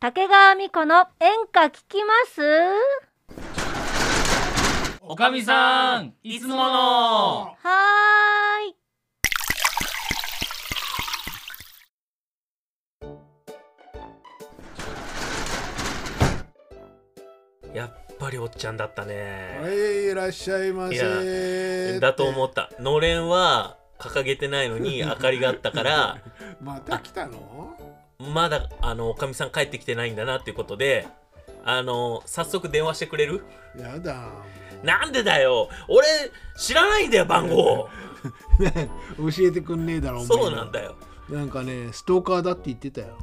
竹川美子の演歌聞きますおかみさんいつものはーいやっぱりおっちゃんだったはね。い、いらっしゃいませ。だと思った。のれんは掲げてないの に明かりがあったから、また来たのまだあのおかみさん帰ってきてないんだなっていうことで、あの早速電話してくれる？や だ。なんでだよ。俺知らないんだよ番 号。ね教えてくんねえだろ、お前そうなんだよ。 なんかね、ストーカーだって言ってたよ。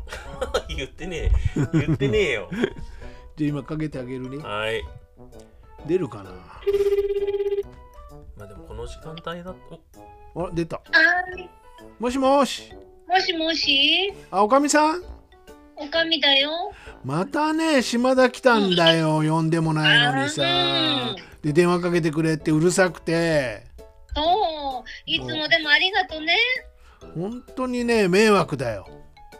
言ってねえ。言ってねえ よ。じゃあ今かけてあげるね。はい。出るかなまあでもこの時間帯だと。あ、出た。はい。もしもし。もしもし、あ、おかみさんおかみだよ。またね、島田来たんだよ。呼んでもないのにさあー。で、電話かけてくれってうるさくて。そう、いつもでもありがとね。本当にね、迷惑だよ。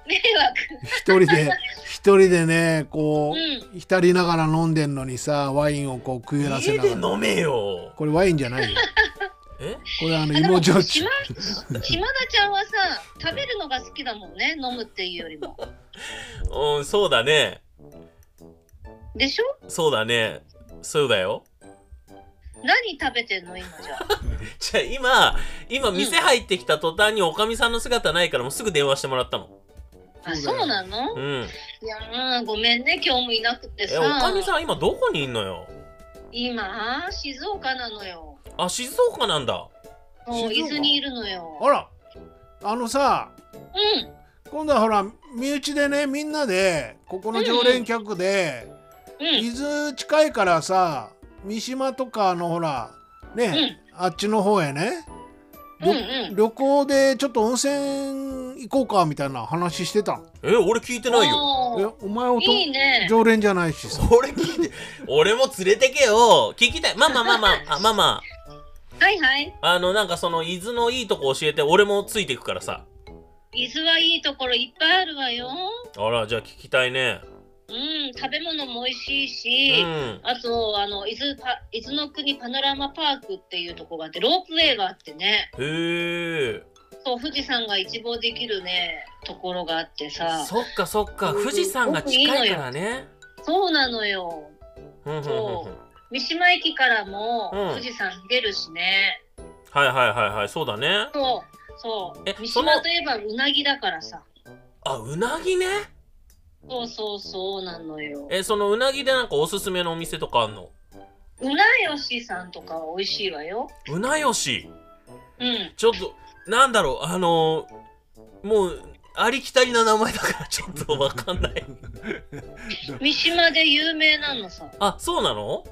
迷一人で一人でねこう、う浸りながら飲んでんのにさワインをこう食いらせ家ながでら飲めよ。これワインじゃな いよえ？これあの惑。芋焼酎島島田ちゃんはさ、食べるのが好きだもんね、飲むっていうよりも。うんそうだね。でしょそうだね。そうだよ。何食べてんの、今じゃあ。 じゃあ今、今店入ってきた途端におかみさんの姿ないからもうすぐ電話してもらったの。あ、そうなのうん。いやー、ごめんね、今日もいなくてえ、さお。かみさん今どこにいんのよ今、静岡なのよ。あ、静岡なんだ。そう、静伊岡豆にいるのよ。 あらあのさうん、今度はほら身内でねみんなでここの常連客で、うん、伊豆近いからさ三島とかあのほらね、あっちの方へねうん、う旅,、ん。旅行でちょっと温泉行こうかみたいな話してたえ、俺聞いてないよ。おーえお前おといいね。常連じゃないしさ俺聞いて、俺も連れてけよ。聞きたい。まあまあまあまあ、あまあまはいはい。あ、あの、なんかその伊豆のいいとこ教えて、俺もついていくからさ。伊豆はいいところいっぱいあるわよ。あら、じゃあ聞きたいね。うん、食べ物も美味しいうし、ん。あとあの伊豆パ伊豆の国パノラマパークっていうとこがあってロープウェイがあってね、へえ。そう富士山が一望できるねところがあってさ、そっかそっか、富士山が近いからね。そうなのよ。うんうんうんうそん。三島駅からもうん富士山見れるしね。はいはいはいはい、そうだね。そうそうえ。三その島といえばうなぎだからさ。あ、うなぎね。そうそうそうなのよ。え、そのうなぎでなんかおすすめのお店とかあんのうなよしさんとかは美味しいわよ。うなよし。うん。ちょっと、なんだろう、あのー、もう、ありきたりな名前だから ちょっとわかんない。三島で有名なのさ。あ、そうなの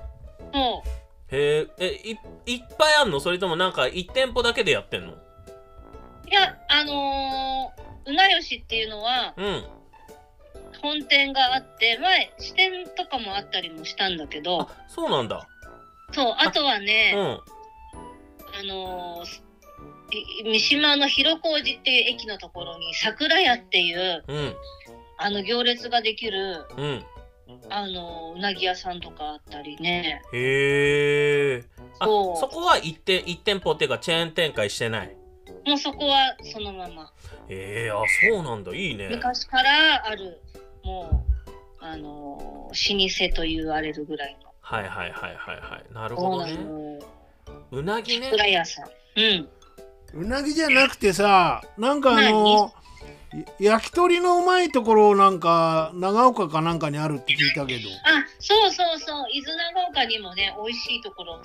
そう。へえ、え、いいっぱいあんのそれともなんか1店舗だけでやってんいのや、あのー、うなよしっていうのはうん。本店があって、前、支店とかもあったりもしたんだけど、あ、そうなんだ。そう、あとはうね、ん。あのーすい三島の広小路っていう駅のところに桜屋っていううん。あの行列ができるうん。あのーうなぎ屋さんとかあったりねへえ。あ、そうそこは1店、一店舗っていうかチェーン展開してない。もうそこはそのままへえ、あ、そうなんだ。いいね。昔からあるもうあのー老舗と言われるぐらいのはいはいはいはいはい。なるそうほどなね。のうなぎね。桜屋さんうんうなぎじゃなくてさなんかあのい焼き鳥のうまいところなんか長岡かなんかにあるって聞いたけどあそうそうそう伊豆長岡にもね美味しいところ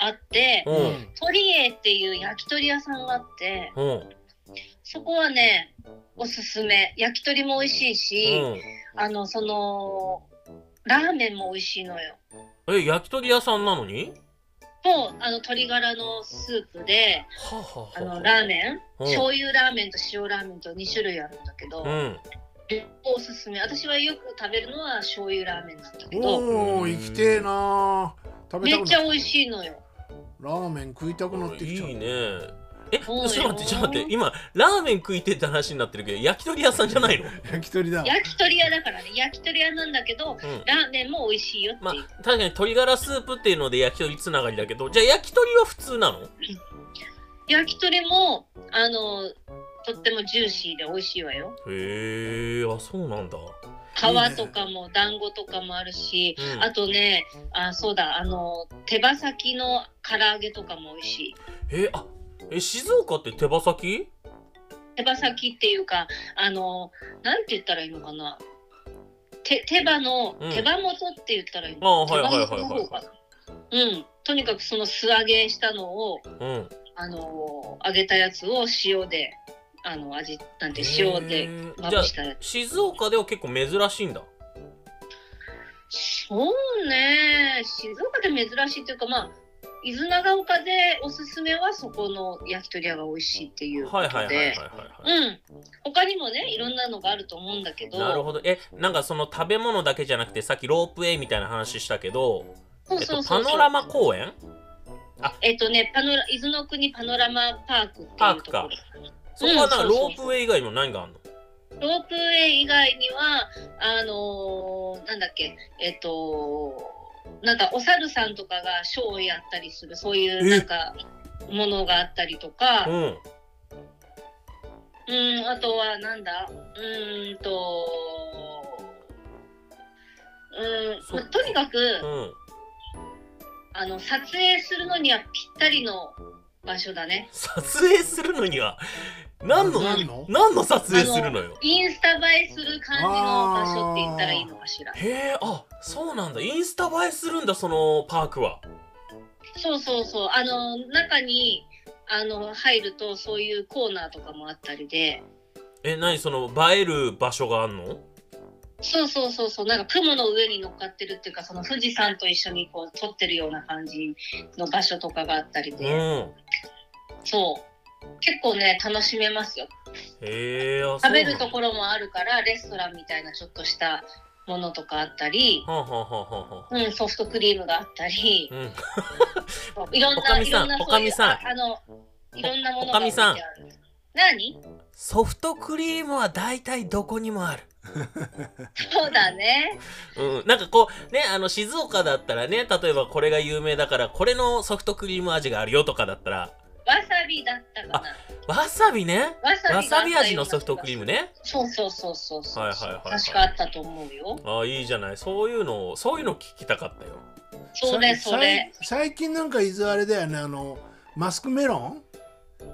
あってう。うんん鳥栄っていう焼き鳥屋さんがあってうん。そこはねおすすめ焼き鳥も美味しいし、うん。あのそのラーメンも美味しいのよえ、焼き鳥屋さんなのにとあの鶏ガラのスープではあはああはのあラーメンうん醤油ラーメンと塩ラーメンと2種類あるんだけど、うん。おすすめ私はよく食べるのは醤油ラーメンなんだけどおお行きてえな食べめたっくちゃな美味しいのよラーメン食いたくなってきちゃういいね。えちょっと待ってちょっと待って今ラーメン食いてって話になってるけど焼き鳥屋さんじ ゃないの、う焼き鳥だ焼き鳥屋だからね焼き鳥屋なんだけどん、ラーメンも美味しいよってまあいう、確かに鶏ガラスープっていうので焼き鳥つながりだけどじゃあ焼き鳥は普通なの焼き鳥もあのとってもジューシーで美味しいわよへえあそうなんだ、皮とかも団子とかもあるしうんあとねあそうだあの手羽先の唐揚げとかも美味しいえあえ静岡って手羽先手羽先っていうかあのなんて言ったらいいのかな手手羽の、うん手羽元って言ったらいいああのはいはいはいはい手羽元の方かなうんとにかくその素揚げしたのをうんあの揚げたやつを塩であの味なんて塩へでーまじぶゃあしたやつ静岡では結構珍しいんだそうね静岡で珍しいっていうかまあ伊豆長岡でおすすめはそこの焼き鳥屋が美味しいっていうこはいはいとはいはいではい、はいうん他にもねいろんなのがあると思うんだけどなるほどえなんかその食べ物だけじゃなくてさっきロープウェイみたいな話したけどそうそうそうそうえっと、パノラマ公園えっとね、パノラ伊豆の国パノラマパークっていうところパークかそこはなんかうんそうそうロープウェイ以外にも何があるのロープウェイ以外にはあのーなんだっけえっとなんかお猿さんとかがショーをやったりするそういうえなんかものがあったりとかう、んうん、あとはなんだうーんとうん、まあとにかく、うんあの撮影するのにはぴったりの場所だね撮影するのには何の何の何の撮影するのよインスタ映えする感じの場所って言ったらいいのかしらへえあそうなんだインスタ映えするんだそのパークはそうそうそうあの中にあの入るとそういうコーナーとかもあったりでえ何その映える場所があんのそうそうそうそうなんか雲の上に乗っかってるっていうかその富士山と一緒にこう撮ってるような感じの場所とかがあったりうんで、へそう結構ね楽しめますよえあ食べるとろころもあるからレストランみたいなちょっとしたものとかあったり、はあはあはあはあはあうん、ソフトクリームがあったりう、んいろんおかな、みいさんろんなおかみさんああの、いろんなものおがか置みいてさんある。何ソフトクリームは大体どこにもある。そうだね。うん、なんかこうねあの静岡だったらね例えばこれが有名だからこれのソフトクリーム味があるよとかだったらわさびだったかな。わさびねわさびがあったわよさうなび味のソフトクリームねそうそうそうそうそう。はいはいはいはい確かあったと思うよ。ああいいじゃないそういうのをそういうの聞きたかったよそれそれ。最最近なんか伊豆あれだよねあのマスクメロン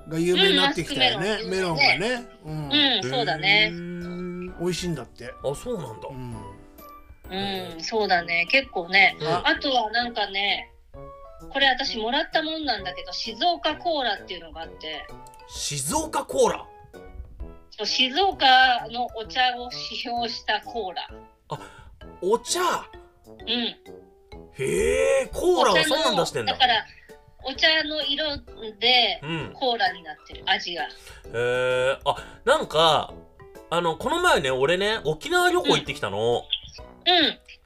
が有名になってきたよね、うんマスクメメロロンンがね、うんうん、そうだへね。ー美味しいんだって、あそうなんだ、うん、うん、そうだね。結構ね。うんあとはなんかね、これ私もらったもんなんだけど、静岡コーラっていうのがあって、静岡コーラそう静岡のお茶を使用したコーラ。お茶うん。へえコーラお茶はのそんなん出してんだだからお茶の色でうんコーラになってる味が。へえあなんかあのこの前ね俺ね沖縄旅行行ってきたの、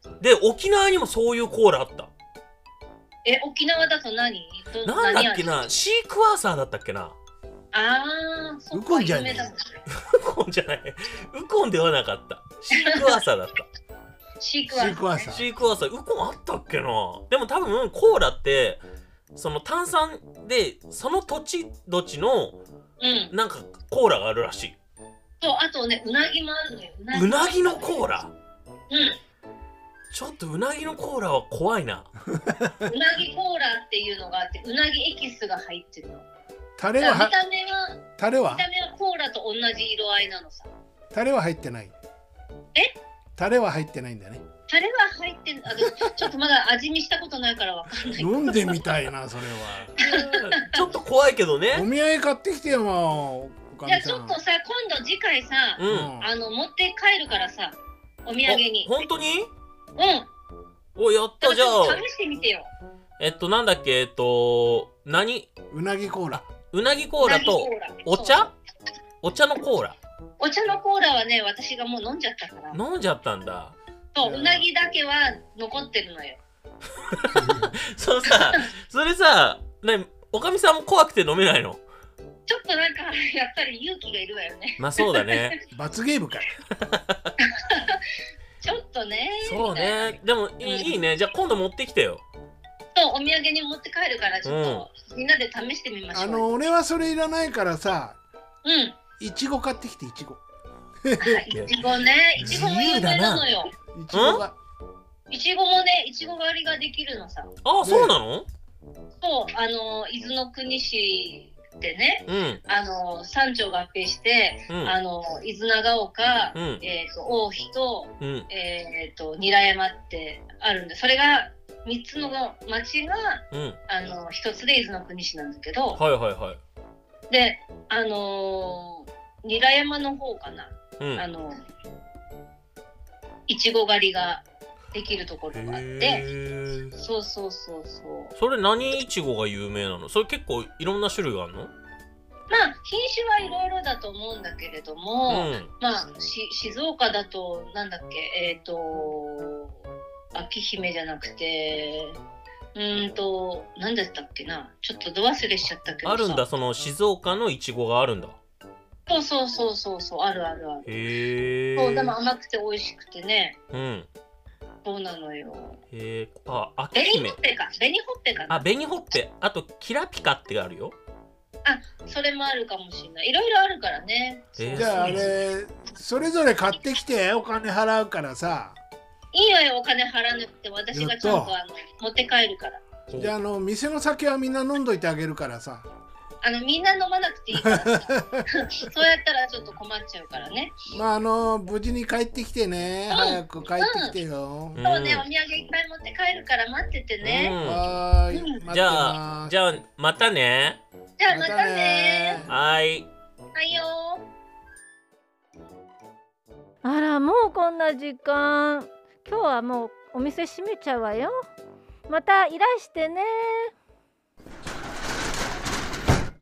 うん。で沖縄にもそういうコーラあったえ沖縄だと何？どなんだっ何け味なシークワーサーだったっけなああ、そっウコかンじゃ有ねえ名だもん。ウコンじゃないウコンではなかったシークワーサーだったシークシワーークワーサーね。 サーシークワーサーウコンあったっけなでも多分コーラってその炭酸でその土地土地のうん。なんかコーラがあるらしいそうあとねうなぎもあるのよ。うなぎのコーラう。ちょっとうなぎのコーラは怖いなん うなぎコーラっていうのがあってうなぎエキスが入ってるの。タレだはから見はた目はタレは見た目はコーラと同じ色合いなのさ。タレは入ってないえタレは入ってないんだねタレは入ってんあでもちょっとまだ味見したことないからわかんないけど。飲んでみたい なそれはちょっと怖いけどおね土産買ってきてよもうおかじゃあみちさょっんとさ今度次回さ。うんうあんあの持って帰るからさお土産に本当にうんだおやっかたらじちゃょっとあ試してみてよえっとなんだっけえっと何うなぎコー ラうなぎコーラとうなぎコーラおそう茶お茶のコーラお茶のコーラはね私がもう飲んじゃったから飲んじゃったんだそううなぎだけは残ってるのよ そのさそれさねおかみさんも怖くて飲めないのちょっとなんかやっぱり勇気がいるわよね。まあそう だね。罰ゲームかいちょっとね。そうみたいな。ね。でもいいいいね。じゃあ今度持ってきてよ。そうお土産に持って帰るからちょっと、みんなで試してみましょう。あの俺はそれいらないからさうん。いちご買ってきていちごいちごね。いちごも有名なのよ。いちごがいちごもね、いちご狩りができるのさ。ああ、そうなのそう、あの、伊豆の国市でね、うん。あの、三町合併して、うん。あの、伊豆長岡、うん。えっ、と、大肥と、うん。えっ、と、韮山ってあるんで、それが、三つの町が、うん。あの、一つで伊豆の国市なんだけど、はいはいはい。で、あのー、韮山の方かな、うん。 あの、いちご狩りができるところがあって、へえ。そうそうそうそう。それ何いちごが有名なのそれ結構いろんな種類があるのまあ品種はいろいろだと思うんだけれども、うん。まあし静岡だとなんだっけえっ、と秋姫じゃなくてうーんと何だったっけなちょっとど忘れしちゃったけどさあるんだ、その静岡のいちごがあるんだ。そうそうそうそうそうあるあるある、へえ。そうでも甘くて美味しくてねうん。そうなのよへえ。あ、あき紅ひめほっ。ぺか紅ほっぺかなあ、紅ほっぺ。あと、キラピカってあるよ。それもあるかもしれないいろいろあるからねえーじゃああれそれぞれ買ってきてお金払うからさいいわよお金払わなくて私がちゃんとあの持って帰るからじゃああの店の酒はみんな飲んどいてあげるからさあのみんな飲まなくていい からさそうやったらちょっと困っちゃうからね。まああの無事に帰ってきてねうん早く帰ってきてようんそうね、お土産いっぱい持って帰るから待っててね。うんはーい待ってうまじゃあ、すじゃあ、またね。じゃあまたねはーい。はいよあらもうこんな時間今日はもうお店閉めちゃうわよまたいらしてね